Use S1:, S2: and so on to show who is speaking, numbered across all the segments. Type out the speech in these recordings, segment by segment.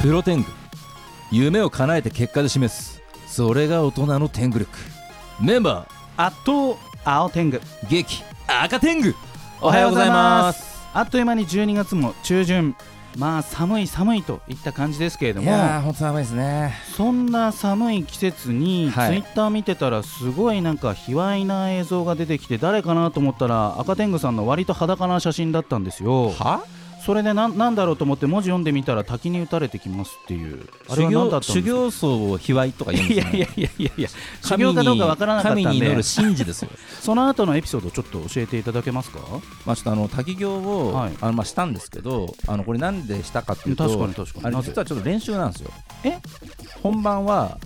S1: プロテング夢を叶えて結果で示すそれが大人の天狗力メンバ
S2: あっと青天狗
S1: ー激赤天狗お
S2: お
S1: はようございます
S2: すあっという間に12月も中旬まあ寒い寒いといった感じですけれども
S1: ー本当寒いですね
S2: そんな寒い季節にツイ
S1: はい
S2: ッター見てたらすごいなんか卑猥な映像が出てきて誰かなと思ったら赤天狗さんの割と裸な写真だったんですよ
S1: は
S2: それでななんだろうと思って文字読んでみたら滝に打たれてきますっていうあ
S1: 修
S2: れは何だ
S1: 行
S2: ったんですか
S1: 修行僧を卑猥とか言うん
S2: い
S1: です
S2: や
S1: ね
S2: いやいやいやいや修行かどうかわからなかったん
S1: 神に祈
S2: で
S1: る神事ですよ
S2: その後のエピソードちょっと教えていただけますか
S1: まあちょっとあの滝行を、
S2: はい
S1: あのまあしたんですけどあのこれなんでしたかっていうと
S2: 確かに確かに
S1: あれ
S2: なぜ
S1: 実はちょっと練習なんですよ
S2: え
S1: 本番は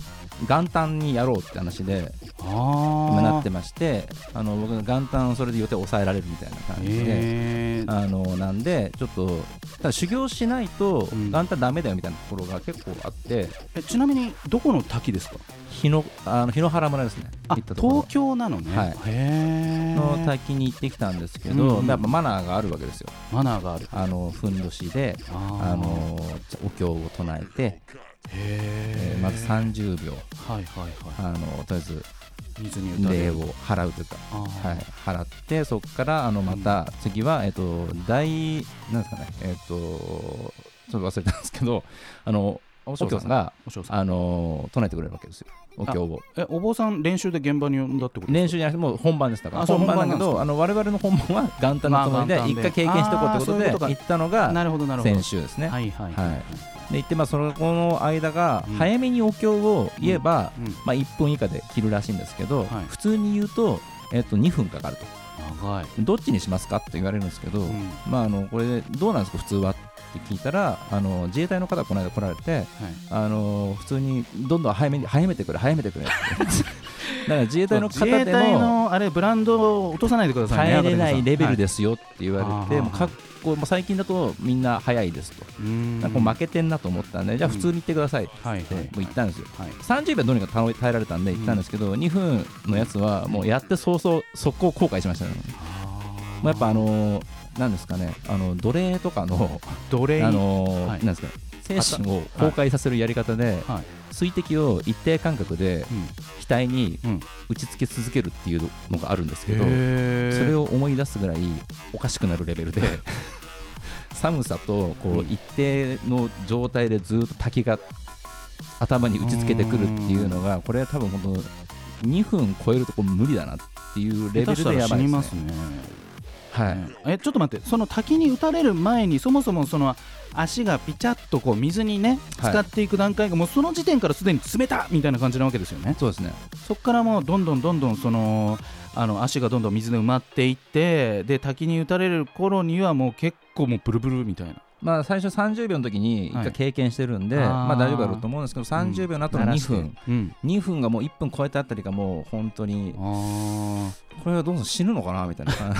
S1: 元旦にやろうって話で
S2: あ
S1: 今
S2: あ
S1: なってましてあの僕が元旦それで予定抑えられるみたいな感じで、
S2: へー
S1: あのなんでちょっとただ修行しないと
S2: うん
S1: 元旦ダメだよみたいなところが結構あって
S2: えちなみにどこの滝ですか
S1: 日のあの日野原村ですね
S2: あ
S1: 行ったところ
S2: 東京なのね、
S1: はい
S2: へ
S1: の
S2: え
S1: 滝に行ってきたんですけ
S2: うん
S1: ど、
S2: うん
S1: やっぱマナーがあるわけですよ
S2: マナーがある
S1: あのふんどしで
S2: あー
S1: あのお経を唱えて、え
S2: へ
S1: ー
S2: え
S1: まず30秒
S2: はいはいは
S1: あのとりあえず
S2: い水に打たれ
S1: 礼
S2: る
S1: を払うというか
S2: あー
S1: はい、払ってそこからあのまた次は、えっと大なんですかねえっとちょっと忘れたんですけどあのお
S2: 嬢さん
S1: 経さんが
S2: お嬢さん
S1: あの唱えてくれるわけですよお経を
S2: えお坊さん練習で現場に呼んだってこと
S1: 練習じゃなくてもう本番ですだから
S2: あそう
S1: 本番だけ
S2: 本番なんです
S1: どあの我々の本番は元旦のつもり
S2: まあ
S1: で
S2: 元
S1: 一
S2: 旦で
S1: 回経験しておこうってこと
S2: あーそうい
S1: で
S2: うことか
S1: 行ったの
S2: な
S1: が
S2: るほどなるほど
S1: 先週ですね
S2: はいはい
S1: はいで行ってまあそのこの間が
S2: うん
S1: 早めにお経を言えば
S2: うん
S1: まあ1分以下で切るらしいんですけど
S2: はい
S1: 普通に言うとえっと2分かかると
S2: 長い、
S1: どっちにしますかって言われるんですけど、
S2: うん
S1: まあ、あのこれどうなんですか普通はって聞いたらあの自衛隊の方がこの間来られて
S2: はい
S1: あの普通にどんどん早めに早めてくれ早めてくれ ってだから自衛隊の方
S2: 自衛
S1: で
S2: 隊
S1: も
S2: のあれブランドを落とさないでくださいね
S1: 耐えれないレベル
S2: で、
S1: ですよって言われて、
S2: はい
S1: もうかっこもう最近だとみんな早いですと、
S2: うーん
S1: なんかもう負けてんなと思ったんでじゃあ普通に行ってくださいって
S2: はいはい、
S1: もう行ったんですよ
S2: はい
S1: 30秒どうにか耐え耐えられたんで行ったんですけど、2分のやつはもうやって早々速攻後悔しましたね
S2: あ
S1: ま
S2: ー
S1: あ、やっぱあのなんですかねあの奴隷とかの
S2: 奴隷
S1: あの
S2: はい
S1: なんですか精神を崩壊させるやり方で、
S2: はい
S1: 水滴を一定間隔で
S2: うん
S1: 額に
S2: うん
S1: 打ち付け続けるっていうのがあるんですけど、
S2: へ
S1: それを思い出すぐらいおかしくなるレベ ルで寒さとこう
S2: うん
S1: 一定の状態でずっと滝が頭に打ち付けてくるっていうのがこれは多分本当2分超えるとこう無理だなっていうレベルでや
S2: 死
S1: ばいですね
S2: にま。すね
S1: はい
S2: えちょっと待ってその滝に打たれる前にそもそもその足がピチャッとこう水にね
S1: はい
S2: 使っていく段階がもうその時点からすでに冷たみたいな感じなわけですよね
S1: そうですね
S2: そこからもうどんどんどんどんそのあの足がどんどん水で埋まっていってで滝に打たれる頃にはもう結構もうブルブルみたいな
S1: まあ、最初30秒の時に1
S2: はい
S1: 回経験してるんで、
S2: あー
S1: まあ、大丈夫だろうと思うんですけど30秒の後の2分、、
S2: うん、
S1: 2分がもう1分超えたあたりがもう本当に
S2: あ
S1: これはどうぞ死ぬのかなみ たいな感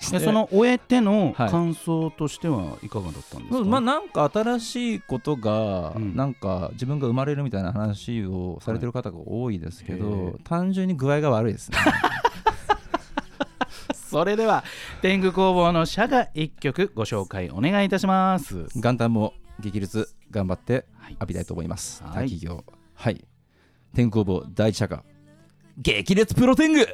S1: じ
S2: で
S1: で
S2: その終えての
S1: はい
S2: 感想としてはいかがだったんですか、
S1: まあなんか新しいことが、
S2: うん
S1: なんか自分が生まれるみたいな話をされてる方が多いですけど、
S2: はいへー
S1: 単純に具合が悪いです ね
S2: それでは天狗工房の社が一曲ご紹介お願いいたします
S1: 元旦も激烈頑張って
S2: はい
S1: 浴びたいと思います
S2: はい
S1: 企業はい天候坊第一社が激烈プロテング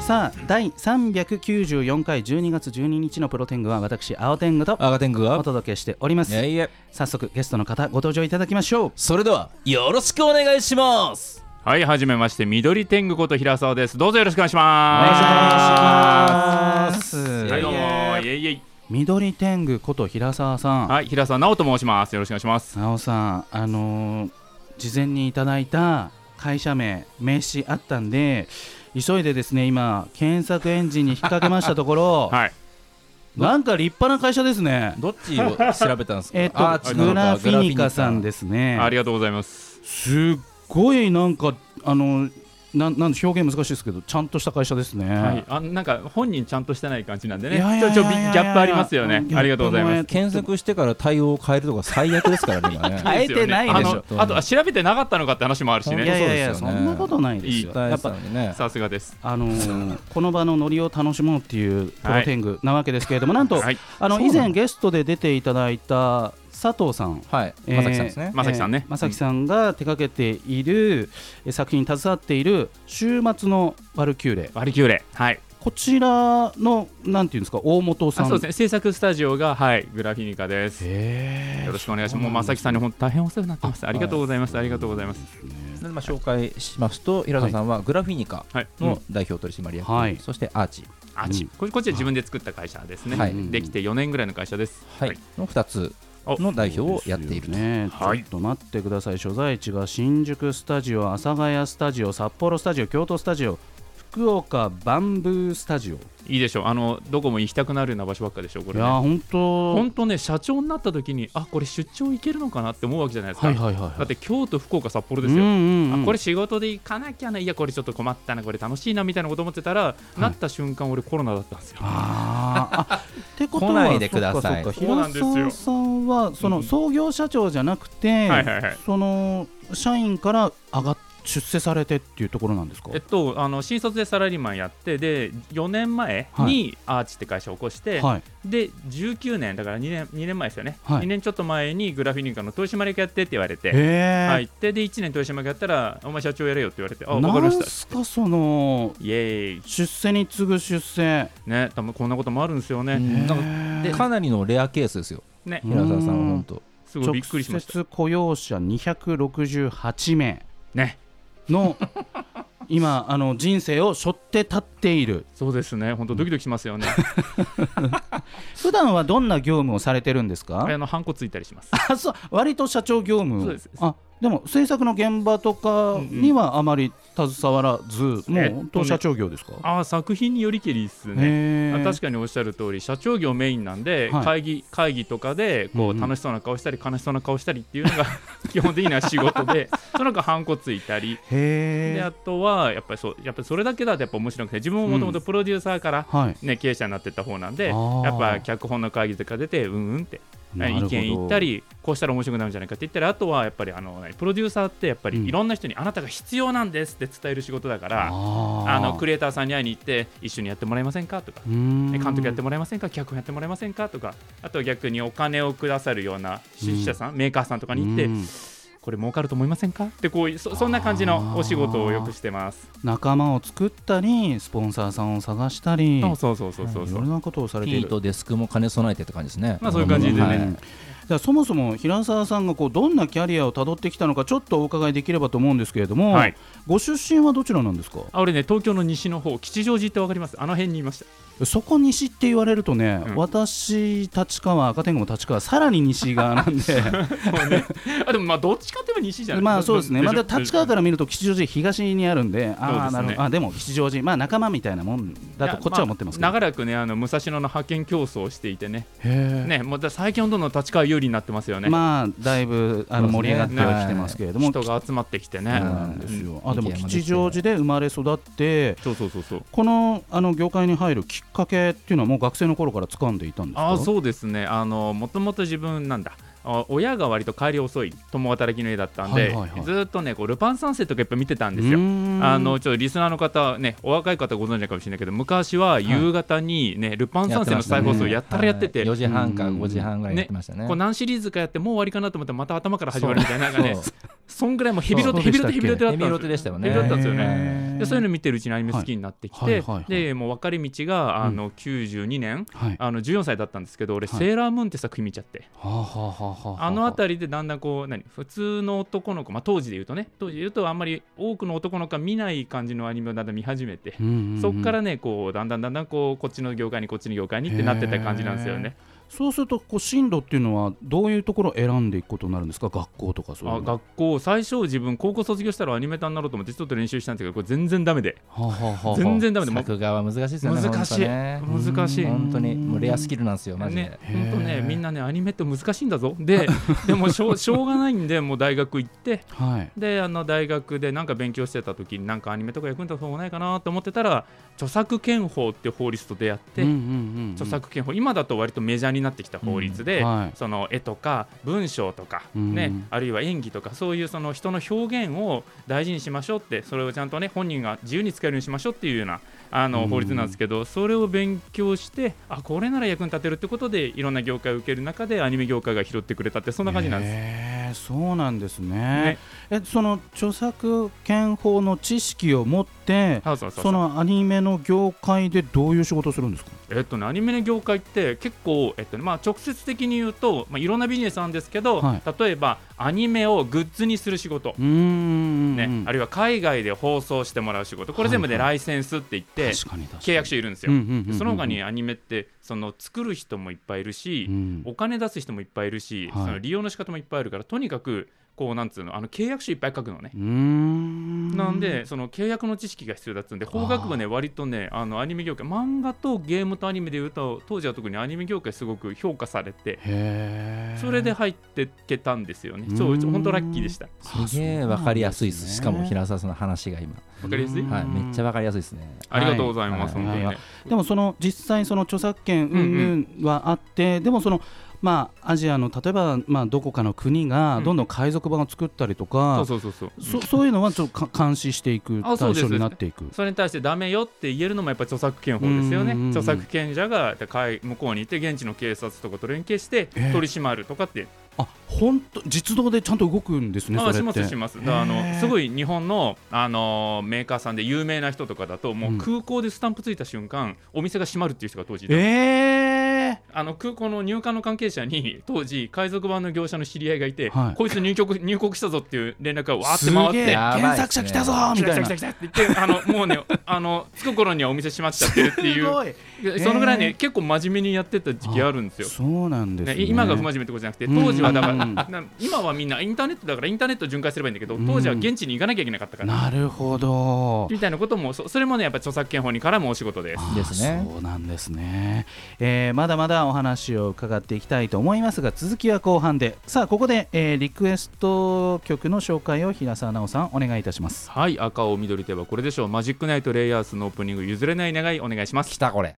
S2: さあ第394回12月12日のプロ天狗は私青天狗と
S1: アガテング
S2: お
S1: が
S2: 届けしておりま
S1: い
S2: す
S1: やいや
S2: 早速ゲストの方ご登場いただきましょう
S1: それではよろしくお願いします
S3: はい、はじめまして、緑天狗こと平沢です。どうぞよろしくお願いしま
S2: お
S3: す。
S2: 願いします
S3: はい、どうも、いえいえい。
S2: 緑天狗こと平沢さん、
S3: はい、平沢直と申します。よろしくお願いします。
S2: なおさんあのー事前にいただいた会社名名刺あったんで急いでですね今検索エンジンに引っ掛けましたとこ ろ、
S3: はい、
S2: なんか立派な会社ですね
S1: どっちを調べたんですか
S2: えっと
S1: あー違う
S2: グラフィニカさ
S1: グラフ
S2: ん
S1: ィニ
S2: ですね
S3: ありがとうございます。
S2: すっごいなんかあのなんなんで表現難しいですけどちゃんとした会社ですね、
S3: はい、あなんか本人ちゃんとしてない感じなんでね
S2: いやいやい
S3: ち
S2: や
S3: ょ
S2: いや
S3: ちょびギャップありますよね
S2: うん
S3: ありがとうございます
S1: 検索してから対応を変えるとか最悪ですからね、今 ね。
S2: 変えてないでしょ
S3: あのあとあ調べてなかったのかって話もあるし
S2: い
S3: ね
S2: やいやいや
S1: そ
S2: そ,、
S1: うですよね
S2: んなことないですよ
S1: 伝
S2: や
S1: え
S2: っぱ
S1: たのにね。
S3: さすがです
S2: あのーこの場のノリを楽しもうっていうプロテングなわけですけれども、なんと、
S3: はい
S2: あの
S1: そうな
S2: 以
S1: んだ
S2: 前ゲストで出ていただいた佐藤さん
S1: はい、
S2: えー
S1: まさきさんですね。
S3: まさきさんね
S2: えーまさきさんが手掛けているえー作品に携わっている「週末のバルキューレ
S3: バリキューレはい」
S2: こちらのなんていうんですか大本さ
S3: あ
S2: ん
S3: そうですね制作スタジオがはいグラフィニカです
S2: へー
S3: よろしくお願いします。もう
S2: そうなん
S3: ま
S2: です
S3: さきさんに本当大変お世話になってます。ありがとうございます。
S1: はい
S3: ありがとうございます。
S1: でまあ、紹介しますと、平田さんはグラフィニカ
S3: はい。
S1: の代表取締役、
S2: はい
S1: そしてアーチ、
S3: あち
S2: うん
S3: ここっちは自分で作った会社ですね。
S1: はい
S3: できて4年ぐらいの会社です。
S1: はいの2つの代表をやっていると。
S2: ね、ちょ
S3: はい
S2: っと待ってください、所在地が新宿スタジオ、阿佐ヶ谷スタジオ、札幌スタジオ、京都スタジオ、福岡バンブースタジオ、
S3: いいでしょう。あのどこも行きたくなるような場所ばっかでしょう。こ
S2: い
S3: れ、
S2: や
S3: ね。
S2: ー、本当、
S3: 本当ね社長になった時にあこれ出張行けるのかなって思うわけじゃないですか。
S2: はいはいはい、はい、
S3: だって京都福岡札幌
S2: う
S3: で
S2: ん
S3: す
S2: う
S3: よ。
S2: んうん、
S3: あこれ仕事で行かなきゃないやこれちょっと困ったなこれ楽しいなみたいなこと思ってたら、なった瞬間俺コロナだったんですよ
S2: あーあってことは
S1: 来ないでください
S2: そっかそっか
S3: そうなんですよ
S2: 平沢さんはその創業社長じゃなくて、
S3: はいはいはい
S2: その社員から上がっ出世されてっていうところなんですか
S3: えっとあの新卒でサラリーマンやってで4年前
S2: は
S3: にアーチって会社を起こして、
S2: はい、
S3: で19年だから2年 ,2 年前ですよね、
S2: はい
S3: 2年ちょっと前にグラフィニカの取締役やってって言われ
S2: え
S3: て、
S2: ー
S3: はい、でで1年取締役やったらお前社長やれよって言われてあ分かり
S2: な
S3: ま
S2: ん
S3: した
S2: すかその
S3: イエーイ
S2: 出世に次ぐ出世
S3: ね多分こんなこともあるんですよ
S1: う
S3: ね、
S1: んなんか
S2: へー
S1: かなりのレアケースですよ、
S3: ね
S2: うん
S1: 平沢さんは本当。
S3: すごいびっくりしました
S2: 直接雇用者268名
S3: ね
S2: の今あの人生を背負って立っている
S3: そうですね本当ドキドキしますよね、
S2: 普段はどんな業務をされてるんです
S3: あれ
S2: か
S3: あのハンコついたりし ます
S2: あそう割と社長業務
S3: そうです
S2: あでも制作の現場とかにはあまり携わらず、
S3: えっ
S2: も
S3: と
S2: う
S3: ね
S2: 本当社長業ですか、
S3: ああ作品によりけりっすね
S2: へー
S3: 確かにおっしゃる通り社長業メインなんで、
S2: はい
S3: 会議会議とかでこ
S2: うんう
S3: うん楽しそうな顔したり悲しそうな顔したりっていうのが 基本的には仕事でその中ハンコついたり
S2: へ
S3: で
S2: ー
S3: あとはやっぱりそうやっぱりそれだけだとやっぱ面白くて自分ももともとプロデューサーから、
S2: はい
S3: ね、経営者になってった方なんで
S2: あー
S3: やっぱ脚本の会議とか出てうんうんって
S2: なるほど
S3: 意見言ったりこうしたら面白くなるんじゃないかって言ったりあとはやっぱりあのプロデューサーってやっぱ
S2: うん
S3: りいろんな人にあなたが必要なんですって伝える仕事だから。
S2: あ
S3: あのクリエイターさんに会いに行って一緒にやってもらえませんかとか、ね監
S2: 監
S3: 督やってもらえませんか脚本やってもらえませんかとかあとは逆にお金をくださるような出資者さん、メーカーさんとかに行って、これ儲かると思いませんかってこういうそそんな感じのお仕事をよくしてます。
S2: 仲間を作ったりスポンサーさんを探したり
S3: そうそうそうそうそう
S2: い
S3: そ
S2: ろ
S3: う。
S2: んなことをされてい
S1: P
S2: る
S1: とデスクも兼ね備えてって感じですね。
S3: まあそういう感じでね
S1: は
S2: うん
S1: い
S2: だからそもそも平沢さんがこうどんなキャリアをたどってきたのかちょっとお伺いできればと思うんですけれども、
S3: はい
S2: ご出身はどちらなんですか
S3: あ俺ね東京の西の方吉祥寺ってわかりますあの辺にいました。
S2: そこ西って言われるとね、
S3: うん
S2: 私立川赤天狗も立川さらに西側な んで
S3: そうね、あでもまあどっちかって言えば西じゃない
S2: まあそうですね、
S3: ど
S2: ま
S3: ど
S2: だ立川から見ると吉祥寺東にあるんでああ
S3: そ
S2: な
S3: うですね
S2: るほどあでも吉祥寺まあ仲間みたいなもんだとこっちは思ってますけど、
S3: 長らくねあの武蔵野の派遣競争をしていてね
S2: へー
S3: ねもうだ最近はどんどん立川有利になってますよね。
S2: まあだいぶあの
S1: そう
S2: 盛
S1: で
S2: り
S1: す
S2: 上
S1: ね
S2: がってはきてますけれども、
S3: 人が集まってきてね。
S1: そう
S2: そ
S1: が
S2: うなんですよ、
S3: うん
S2: あでも
S1: うん
S2: 吉祥寺で生まれ育って
S3: そうそうそうそう。
S2: このあの業界に入るきっかけっていうのはもう学生の頃から掴んでいたんですか
S3: あーそうですね、あのもともと自分なんだ。あ親が割と帰り遅い共働きの家だったんで、
S2: はいはいはい
S3: ずーっとねこうルパン三世とかやっぱ見てたんです
S2: う
S3: よ。
S2: ーん
S3: あのちょっとリスナーの方ねお若い方ご存知ないかもしれないけど昔は夕方にね、ルパン三世の再放送やったらやってて
S1: 4時半か5時半ぐらいにやってましたね。
S3: こう何シリーズかやってもう終わりかなと思ったらまた頭から始まるみたいななんかね
S1: そう
S3: そんぐらいもうヘビロテ
S2: そ
S3: ヘ
S2: う
S3: ビ
S2: でした
S3: ロ
S2: っ
S3: テ
S2: け
S3: ヘビロテだったん
S1: ヘ
S3: です
S1: ビロ
S3: よ
S1: テでしたよ
S3: ヘ
S1: ね。
S3: ビロテだったんですよね
S2: へー
S3: でそういうの見てるうちにアニメ好きになってきて、
S2: はいはいはいはい
S3: でもう分かれ道があの92年、
S2: はい
S3: あの14歳だったんですけど俺、
S2: はい
S3: セーラームーンって作品見ちゃって。
S2: はあはあはあはあ
S3: あの辺りでだんだんこう何普通の男の子、まあ、当時で言うとね当時で言うとあんまり多くの男の子が見ない感じのアニメをだんだん見始めて、
S2: うんうんうん
S3: そこからねこうだんだんだんだんこうこっちの業界にこっちの業界にってなってた感じなんですよね。
S2: そうするとこう進路っていうのはどういうところを選んでいくことになるんですか学校とかそうい
S3: あ
S2: うのは
S3: 学校最初自分高校卒業したらアニメーターになろうと思ってちょっと練習したんですけどこれ全然ダメで
S2: あはあはあはあ
S3: 全然ダメでも
S1: 作画は難しいですよね
S3: 難しい
S1: 本
S3: 難し
S1: 当
S3: い
S1: ね
S2: うん
S1: 本当にもうレアスキルなんですよマジで、
S3: ね、本当
S2: へ
S3: ね
S2: ー
S3: みんなねアニメって難しいんだぞ ででもしょうしょうがないんでもう大学行って
S2: はい
S3: であの大学でなんか勉強してた時になんかアニメとか役に立つ方法ないかなと思ってたら著作権法って法律と出会って、
S2: うんうんうんうん
S3: 著作権法今だと割とメジャーになってきた法律で、
S2: はい
S3: その絵とか文章とか、ね
S2: うん
S3: あるいは演技とかそういうその人の表現を大事にしましょうってそれをちゃんとね本人が自由に使えるようにしましょうっていうようなあ
S2: うん
S3: の法律なんですけど、それを勉強してあこれなら役に立てるってことでいろんな業界を受ける中でアニメ業界が拾ってくれたってそんな感じなんです。
S2: へーそうなんですね
S3: ね
S2: えその著作権法の知識を持って
S3: そうそうそうそう
S2: そのアニメの業界でどういう仕事をするんですか
S3: えっとね、アニメの業界って結構、えっとねまあ、直接的に言うと、まあ、いろんなビジネスなんですけど、
S2: は
S3: 例えばアニメをグッズにする仕事、
S2: うーん
S3: ねあ
S2: れ
S3: るいは海外で放送してもらう仕事これ全部でライセンスって言って、
S2: 確かに確か
S3: 契約書いるんですよ、
S2: にうんうんうんうん
S3: その他にアニメってその作る人もいっぱいいるし、
S2: うん
S3: お金出す人もいっぱいいるし、
S2: はい
S3: その利用の仕方もいっぱいあるからとにかくこうなんつうのあの契約書いっぱい書くのね
S2: うー、ん
S3: なんでその契約の知識が必要だっつうんで法学部ね割とねあのアニメ業界漫画とゲームとアニメでいうと当時は特にアニメ業界すごく評価されて
S2: へー
S3: それで入ってけたんですよね
S2: うん
S3: そう本当ラッキーでした
S2: あ
S1: すげえわかりやすいですし
S2: そう
S1: か
S2: な
S1: も
S2: んでね
S1: 平沢さんの話が今、
S3: わかりやすい
S2: うん
S1: はい、めっちゃわかりやすいですね
S3: ありがとうございます、
S1: はい
S3: 本当にね、
S2: はいでもその実際その著作権
S3: うん
S2: 云々はあって、でもそのまあアジアの例えばまあどこかの国が
S3: うん
S2: どんどん海賊版を作ったりとか、
S3: そうそうそうそう
S2: そそういうのはちょっとか監視していく
S3: あそうで
S2: 対
S3: す
S2: 象になっていく。
S3: それに対してダメよって言えるのもやっぱ著作権法ですよね
S2: うんうんうん
S3: 著作権者がだから海向こうに行って現地の警察とかと連携して
S2: ええ
S3: 取り締まるとかって、
S2: あ本当実動でちゃんと動くんですね。
S3: あ
S2: そ
S3: し
S2: れ
S3: ま
S2: って
S3: すしますだからあ
S2: へ
S3: の
S2: え
S3: すごい日本の、あのーメーカーさんで有名な人とかだともう空港でスタンプついた瞬間、お店が閉まるっていう人が当時いた
S2: え
S3: あの空港の入管の関係者に当時海賊版の業者の知り合いがいて、
S2: はい
S3: こいつ入国 入国したぞっていう連絡がわ
S2: ー、
S3: ーって
S2: す
S3: 回っ
S2: げえ
S3: て。
S2: 検索者来たぞー
S3: 来
S2: み
S3: た来た
S2: たいな
S3: 来た。来たって言ってあのもうねあの着く頃にはお店閉まっちゃってるってい
S2: す
S3: う
S2: ごい
S3: でそのぐらいね、
S2: えー
S3: 結構真面目にやってた時期あるんですよ。
S2: そうなんです
S3: ね、
S2: ね。
S3: 今が不真面目ってことじゃなくて当時はだか
S2: うん
S3: ら
S2: うん
S3: な今はみんなインターネットだからインターネット巡回すればいいんだけど
S2: うん
S3: 当時は現地に行かなきゃいけなかったから
S2: なるほど。
S3: みたいなこともそそれもねやっぱ著作権法に絡むお仕事です。
S2: あー
S1: ですね
S2: そうなんですね、えーまだまだお話を伺っていきたいと思いますが続きは後半でさあここで、えーリクエスト曲の紹介を平沢直さんお願いいたします
S3: はい赤青緑といえばこれでしょうマジックナイトレイヤースのオープニング譲れない願いお願いします
S1: 来たこれ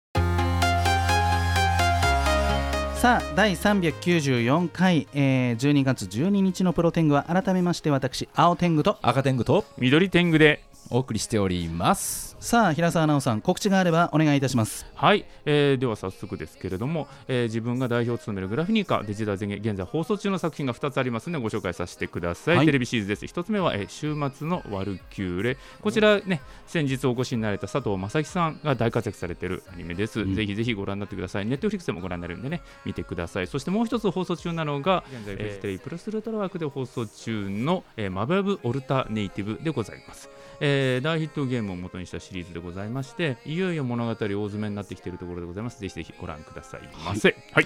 S2: さあ第394回、えー12月12日のプロテングは改めまして私青天狗と
S1: 赤天狗と
S3: 緑天狗で
S1: お送りしております
S2: さあ平沢直さん告知があればお願いいたします
S3: はい、えーでは早速ですけれども、えー自分が代表を務めるグラフィニカデジタル前現在放送中の作品が2つありますのでご紹介させてください、
S2: はい
S3: テレビシリーズです1つ目は、えー週末のワルキューレこちらね先日お越しになられた佐藤正樹さんが大活躍されているアニメです、
S2: うん
S3: ぜひぜひご覧になってくださいネットフリックスでもご覧になれるんでね見てくださいそしてもう一つ放送中なのが現在フジテレビプラスウルトラワークで放送中の、えーマブラブオルタネイティブでございますえー大ヒットゲームを元にしたシリーズでございましていよいよ物語大詰めになってきているところでございますぜひぜひご覧くださいませはい、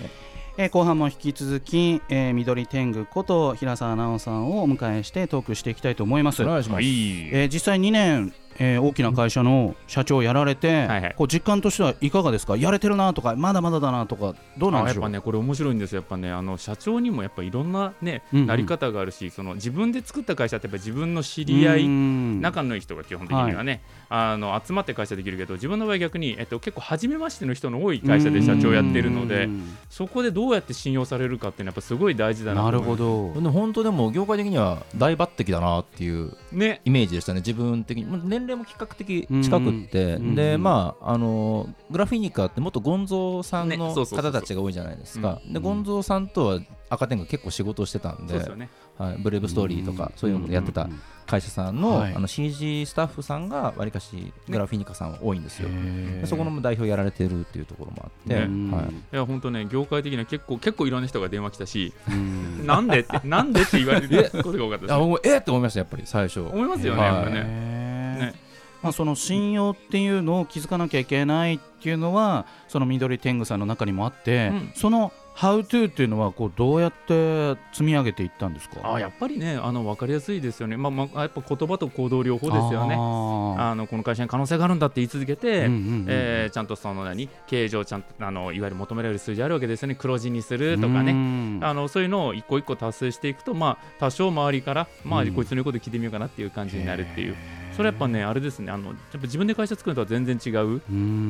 S2: えー後半も引き続き、えー緑天狗こと平沢直さんをお迎えしてトークしていきたいと思います
S1: お願いします、
S3: い
S2: えー実際2年、えー大きな会社の社長をやられて、
S3: はいはい
S2: こう実感としてはいかがですかやれてるなとかまだまだだなとかどうなん
S3: あ
S2: で
S3: やっ
S2: しょう
S3: ぱねこれ面白いんですよやっぱねあの社長にもやっぱいろんなね、
S2: うんうん
S3: なり方があるしその自分で作った会社ってやっぱ自分の知り合い
S2: い
S3: 仲のいい人が基本的にはね、あの集まって会社できるけど自分の場合逆に、えっと、結構初めましての人の多い会社で社長やってるのでそこでどうやって信用されるかっていうのはやっぱすごい大事だな
S2: な
S3: と
S2: る
S3: 思います
S2: ほど
S1: でも本当でも業界的には大抜擢だなっていう
S3: ね
S1: イメージでしたね自分的にもう年齢も比較的近くって、
S2: うんうんうんう
S1: で
S2: ん
S1: まああのグラフィニカって元ゴンゾーさん
S3: ねそう
S1: の
S3: そうそうそう
S1: 方たちが多いじゃないですか、
S2: うん
S1: でゴンゾーさんとは赤天狗結構仕事をしてたんで
S3: そうですよね
S1: はい、ブレイブストーリーとかそういうのもやってた会社さんの,、
S2: はい
S1: あの CG スタッフさんがわりかしグラフィニカさんは多いんですよ、でそこの
S2: っ
S1: も代表やられてるっていうところもあって、は
S3: い
S1: い、
S3: や本当ね業界的には結構結構いろんな人が電話来たしなんでってなんでって言われることが多かったで
S1: あ
S3: すね
S1: 僕もえっって思いましたやっぱり最初
S3: 思いますよね
S1: はい
S3: やっぱねね
S2: まあ、その信用っていうのを気づかなきゃいけないっていうのはその緑天狗さんの中にもあって、
S3: うん
S2: その How to っていうのはこうどうやって積み上げていったんですか
S3: あやっぱりねあの分かりやすいですよね、まあまあ、やっぱ言葉と行動両方ですよね
S2: あー
S3: あのこの会社に可能性があるんだって言い続けて、
S2: うんうんうん
S3: えーちゃんとその何経営上ちゃんとあのいわゆる求められる数字あるわけですよね黒字にするとかね、
S2: ね
S3: あのそういうのを一個一個達成していくと、まあ、多少周りから、まあ、
S2: うん
S3: こいつの言うこと聞いてみようかなっていう感じになるっていう、それやっぱね、あれですね、あのやっぱ自分で会社作るのとは全然違う。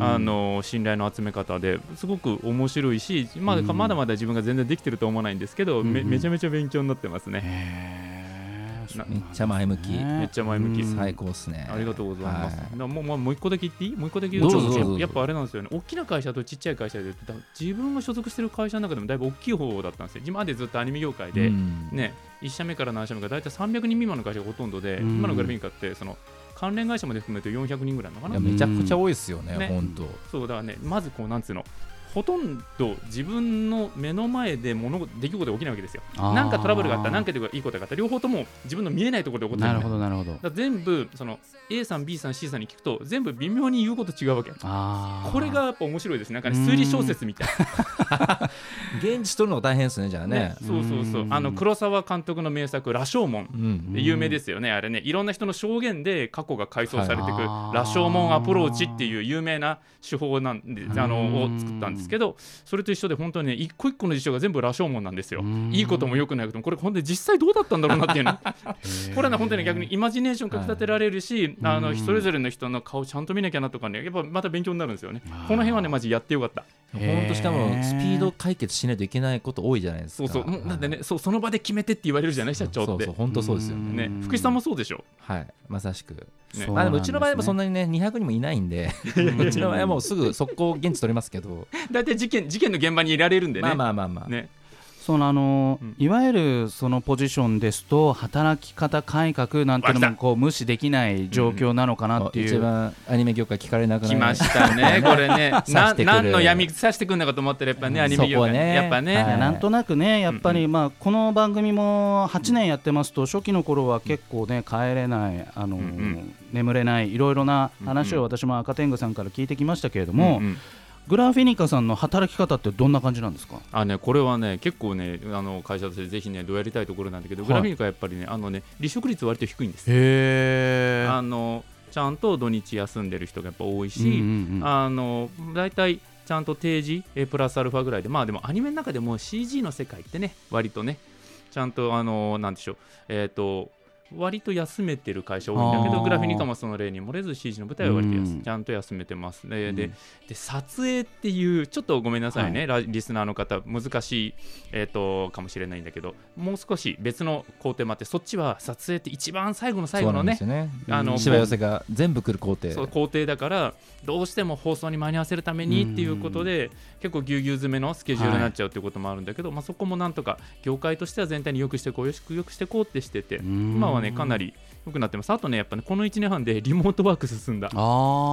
S3: あの信頼の集め方ですごく面白いし、まあ、
S2: うん
S3: まだまだ自分が全然できてると思わないんですけど、め
S2: うんうん
S3: めちゃめちゃ勉強になってますね。な
S1: めっちゃ前向き
S3: めっちゃ前向きうん
S1: 最高っすね
S3: ありがとうございます。
S1: は
S3: なもう、まあ、もう一個だけ言っていいもう一個だけ言うと
S1: どうぞどうぞどうぞ
S3: やっぱあれなんですよね。大きな会社とちっちゃい会社で、だ自分が所属してる会社の中でもだいぶ大きい方だったんですよ。今までずっとアニメ業界で、
S1: うん
S3: ね、1社目から何社目か大体300人未満の会社がほとんどで、
S2: うん
S3: 今のグラフィンカってその関連会社まで含めて400人ぐらいなの
S1: い
S3: か
S1: や
S3: な。
S1: めちゃくちゃ多いですよね、
S3: ね
S1: 本当。
S3: そうだからね、まずこうなんつうの、ほとんど自分の目の前で物事出来事が起きないわけですよ。なんかトラブルがあった、なん
S2: か
S3: かいいことがあった、両方とも自分の見えないところで起こって
S2: な
S3: るのね
S2: るほどなるほど
S3: だから全部その A さん B さん C さんに聞くと全部微妙に言うこと違うわけ
S2: あー
S3: これがやっぱ面白いですねなんかね推理小説みたい
S1: 現地取るのが大変ですね、じゃあ
S3: なね
S1: ね。
S3: そうそうそう
S2: うん
S3: あの黒沢監督の名作「羅生門」
S1: うん
S3: で有名ですよねあれねいろんな人の証言で過去が回想されてく
S2: は
S3: 「
S2: い
S3: 羅生門アプローチ」っていう有名な手法なんであの
S2: うん
S3: を作ったんですけどそれと一緒で本当にね一個一個の事象が全部羅生門なんですよ
S2: うん
S3: いいことも良くないこともこれ本当に実際どうだったんだろうなっていうね
S2: へー
S3: これはね本当に逆にイマジネーションかき立てられるし、
S2: はい
S3: あ
S2: う
S3: の
S2: ん
S3: それぞれの人の顔ちゃんと見なきゃなとかねやっぱまた勉強になるんですよねこ
S2: あー
S3: の辺はねマジやってよかった
S1: 本当しかも
S2: へー
S1: スピード解決しないといけないこと多いじゃないです
S3: そ
S1: か。
S3: うそうもうなんでねそうその場で決めてって言われるじゃない社長って
S1: そうそう本当そうですよね。
S3: ね福士さんもそうでしょ
S1: はい、まさしく。
S3: ね
S2: そ
S1: まあでもうちの場合はそん
S2: な
S1: なにね200人もいないんで、うちの場合はもうすぐ速攻現地取りますけど、
S3: 大体事件事件の現場にいられるんでね
S1: まあまあまあまあ。
S3: ね
S2: そのあのー
S3: うん
S2: いわゆるそのポジションですと働き方改革なんていうの
S3: わ
S2: も
S3: 来
S2: こう無視できない状況なのかなってい
S1: 一
S2: う。
S1: 番アニメ業界聞かれなくな
S3: 来
S1: る
S3: ましたね、これね、
S1: 刺
S3: な
S1: してくる
S3: 何の闇さしてくんのかと思ったら、やっぱね、アニメ業界、
S1: そこね
S3: やっぱね、
S1: はい
S2: やなんとなくね、やっぱ
S3: うん
S2: りまあこの番組も8年やってますと、初期の頃は結構ね、帰れない、あのー
S3: うんうん
S2: 眠れない、いろいろな話
S3: うん
S2: を
S3: うん
S2: 私も赤天狗さんから聞いてきましたけれども、
S3: うんうん
S2: グラフェニカさんの働き方ってどんな感じなんですか
S3: あね、これはね、結構ね、あの会社としてぜひね、どうやりたいところなんだけど、
S2: はい
S3: グラフィックはやっぱりね、あのね離職率、割と低いんですよ
S2: へ
S3: あのちゃんと土日休んでる人がやっぱ多いし、
S2: うんうんうん
S3: あの大体ちゃんと定時えプラスアルファぐらいでまあでもアニメの中でも CG の世界ってね割とねちゃんとあのなんでしょうえっ、と割と休めてる会社多いんだけ
S2: あ
S3: ど
S2: ー
S3: グラフィニカもその例に漏れず CG の舞台は割とやす
S2: うん
S3: ちゃんと休めてますで,、
S2: うん
S3: でで撮影っていうちょっとごめんなさいね、ラリスナーの方難しい、えー、とかもしれないんだけどもう少し別の工程もあってそっちは撮影って一番最後の最
S1: そ
S3: 後
S1: う
S3: の
S1: なんで
S3: ね
S1: すよね。
S3: あの
S1: 芝寄せが全部来る工程。
S3: そう工程だからどうしても放送に間に合わせるためにっていうことで結構ぎゅうぎゅう詰めのスケジュールになっちゃうっていうこともあるんだけど、まあ、そこもなんとか業界としては全体によくしてこうよくよくしてこうってしてて今はねかなり良くなってますあとねやっぱねこの1年半でリモートワーク進んだ。
S2: あー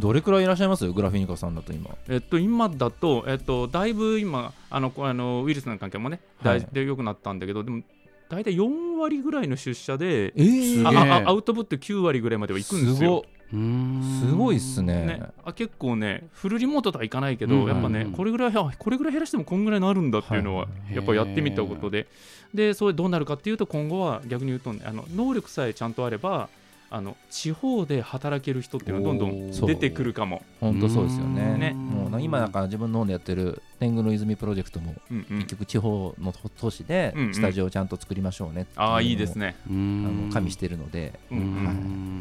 S1: どれくらいいらっしゃいますグラフィニカさんだと今。
S3: えっと、今だと、えっと、だいぶ今あのこあのウイルスの関係もね大事
S1: はい
S3: で良くなったんだけど、でも大体4割ぐらいの出社で、
S1: えー
S3: あ
S2: すげえ
S3: ああアウトプット9割ぐらいまでは行くんですよ。
S2: うーん
S1: すごいっすね。
S3: ね、あ結構ねフルリモートとはいかないけ
S2: うん
S3: ど、
S2: うんうん
S3: やっぱねこれぐらいあこれぐらい減らしてもこんぐらいになるんだっていうのは、
S1: はい
S3: やっぱやってみたことででそれどうなるかっていうと今後は逆に言うと、ね、あの能力さえちゃんとあればあの地方で働ける人っていうのはどんど
S2: お
S3: ん
S1: ー
S3: 出てくるかも、
S1: 本当そうですよね。
S3: ね
S1: もうな今だから自分の方でやってる天狗の泉プロジェクトも
S3: うんうん
S1: 結局地方の都市で
S3: うんうん
S1: スタジオをちゃんと作りましょうねってうのも
S3: ああいいです。ね、
S2: うー
S1: あの
S2: ん
S1: 加味してるので、
S3: うんうん
S1: は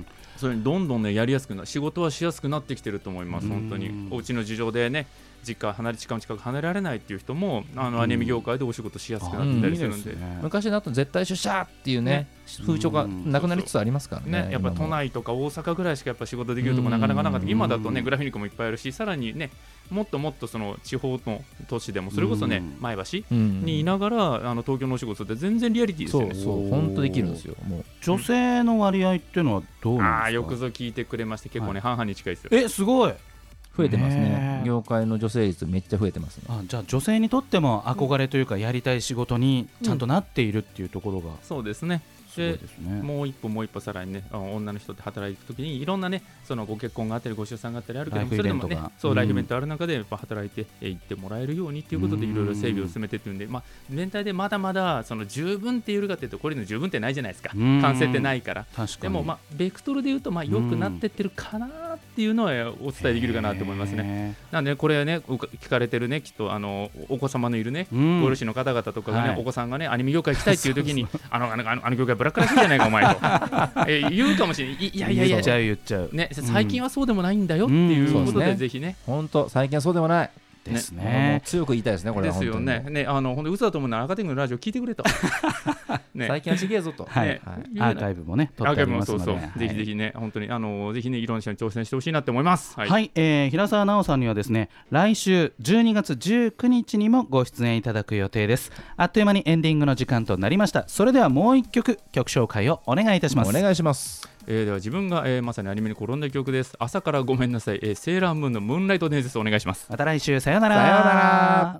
S1: い
S3: それにどんどんねやりやすくな仕事はしやすくなってきてると思います本当
S2: う
S3: に
S2: ん
S3: お家の事情でね実家離れ時間近く離れられないっていう人もあのアニメ業界でお仕事しやすくなってたりするんで、
S1: 昔だと絶対出社っていうね
S3: ね
S1: 風潮がなくなりつつありますからね。
S3: ね、やっぱ
S1: 今も
S3: 都内とか大阪ぐらいしかやっぱ仕事できるとこなかなかなかった
S1: うん
S3: 今だとねグラフィニックもいっぱいあるしさらにねもっともっとその地方の都市でもそれこそね
S2: うん
S3: 前橋
S1: うん
S3: にいながらあの東京のお仕事って全然リアリティです
S1: そ
S3: よね
S1: う。そう本当できるんですよ。もう
S2: 女性の割合っていうのはどう
S3: あ
S2: な
S3: あ
S2: ん
S3: よ
S2: で
S3: く
S2: すか
S3: ぞ聞いてくれまして結構ね半々に近いですよ。
S2: えすごい
S1: 増えてます
S2: ね
S1: ね。
S2: え
S1: 業界の女性率めっちゃ増えてますね。
S2: あじゃあ女性にとっても憧れというかやりたい仕事にちゃんとなっているっていうところが
S3: そうですね。
S2: すごいですね。
S3: もう一歩もう一歩さらにねあの女の人って働くときにいろんなねそのご結婚があったりご出産があったりあるけど
S2: ライ
S3: も
S2: フ
S3: それ
S2: イベ
S3: で
S2: ント
S3: も
S2: が
S3: ねそうライフ
S2: う
S3: イ
S2: ん
S3: ベントある中でやっぱ働いてえー行ってもらえるようにということで
S2: うん
S3: いろいろ整備を進めてっていうんでまあ全体でまだまだその十分って言えるかっていうとこれの十分ってないじゃないですか
S2: うん
S3: 完成ってないから
S2: 確かに。
S3: でもまあベクトルで言うとまあ良くなってってるかなっていうのはえーお伝えできるかなと思いますね。
S2: ね。
S3: なんでねこれねお聞かれてるねきっとあのお子様のいるね
S2: うん
S3: ご両親の方々とかがね、
S2: はい
S3: お子さんがねアニメ業界行きたいっていう時にあのあのあのあの業界ブラックらしいじゃないかお前とえ言うかもしれないいいやいやい
S2: 言っちゃ
S3: や、
S2: う言っちゃう。
S3: ね、
S2: ん
S3: 最近はそうでもないんだよっていう
S2: うん
S3: こと
S1: そう
S3: で
S1: ですね
S3: ぜひね
S1: 本当最近はそうでもない、
S2: です
S1: もう
S2: ね。
S1: 強く言いたいですねこれ
S3: で
S1: は
S3: すよねねあの本当嘘だと思うなら赤天狗のラジオ聞いてくれと
S1: 本当に
S3: ね
S1: 最近はちげえぞと、
S2: はい
S3: ね
S1: はい
S3: 言
S2: ア
S3: う
S2: ーカ
S3: な
S2: イブもね、撮
S3: ア
S2: っ
S3: ーカ
S2: てあ
S3: イ
S2: り
S3: ブ
S2: ま
S3: も
S2: す
S3: そ
S2: の
S3: う
S2: で。
S3: そう、
S2: はい
S3: ぜひぜひね本当にあのぜひねいろんな人に挑戦してほしいなって思いますはい、
S2: はい、えー平沢奈緒さんにはですね来週12月19日にもご出演いただく予定ですあっという間にエンディングの時間となりましたそれではもう一曲曲紹介をお願いいたします
S1: お願いします
S3: えーでは自分が、えーまさにアニメに転んだ曲です朝からごめんなさい、えーセーラームーンのムーンライト伝説お願いします
S2: また来週さようなら
S1: さようなら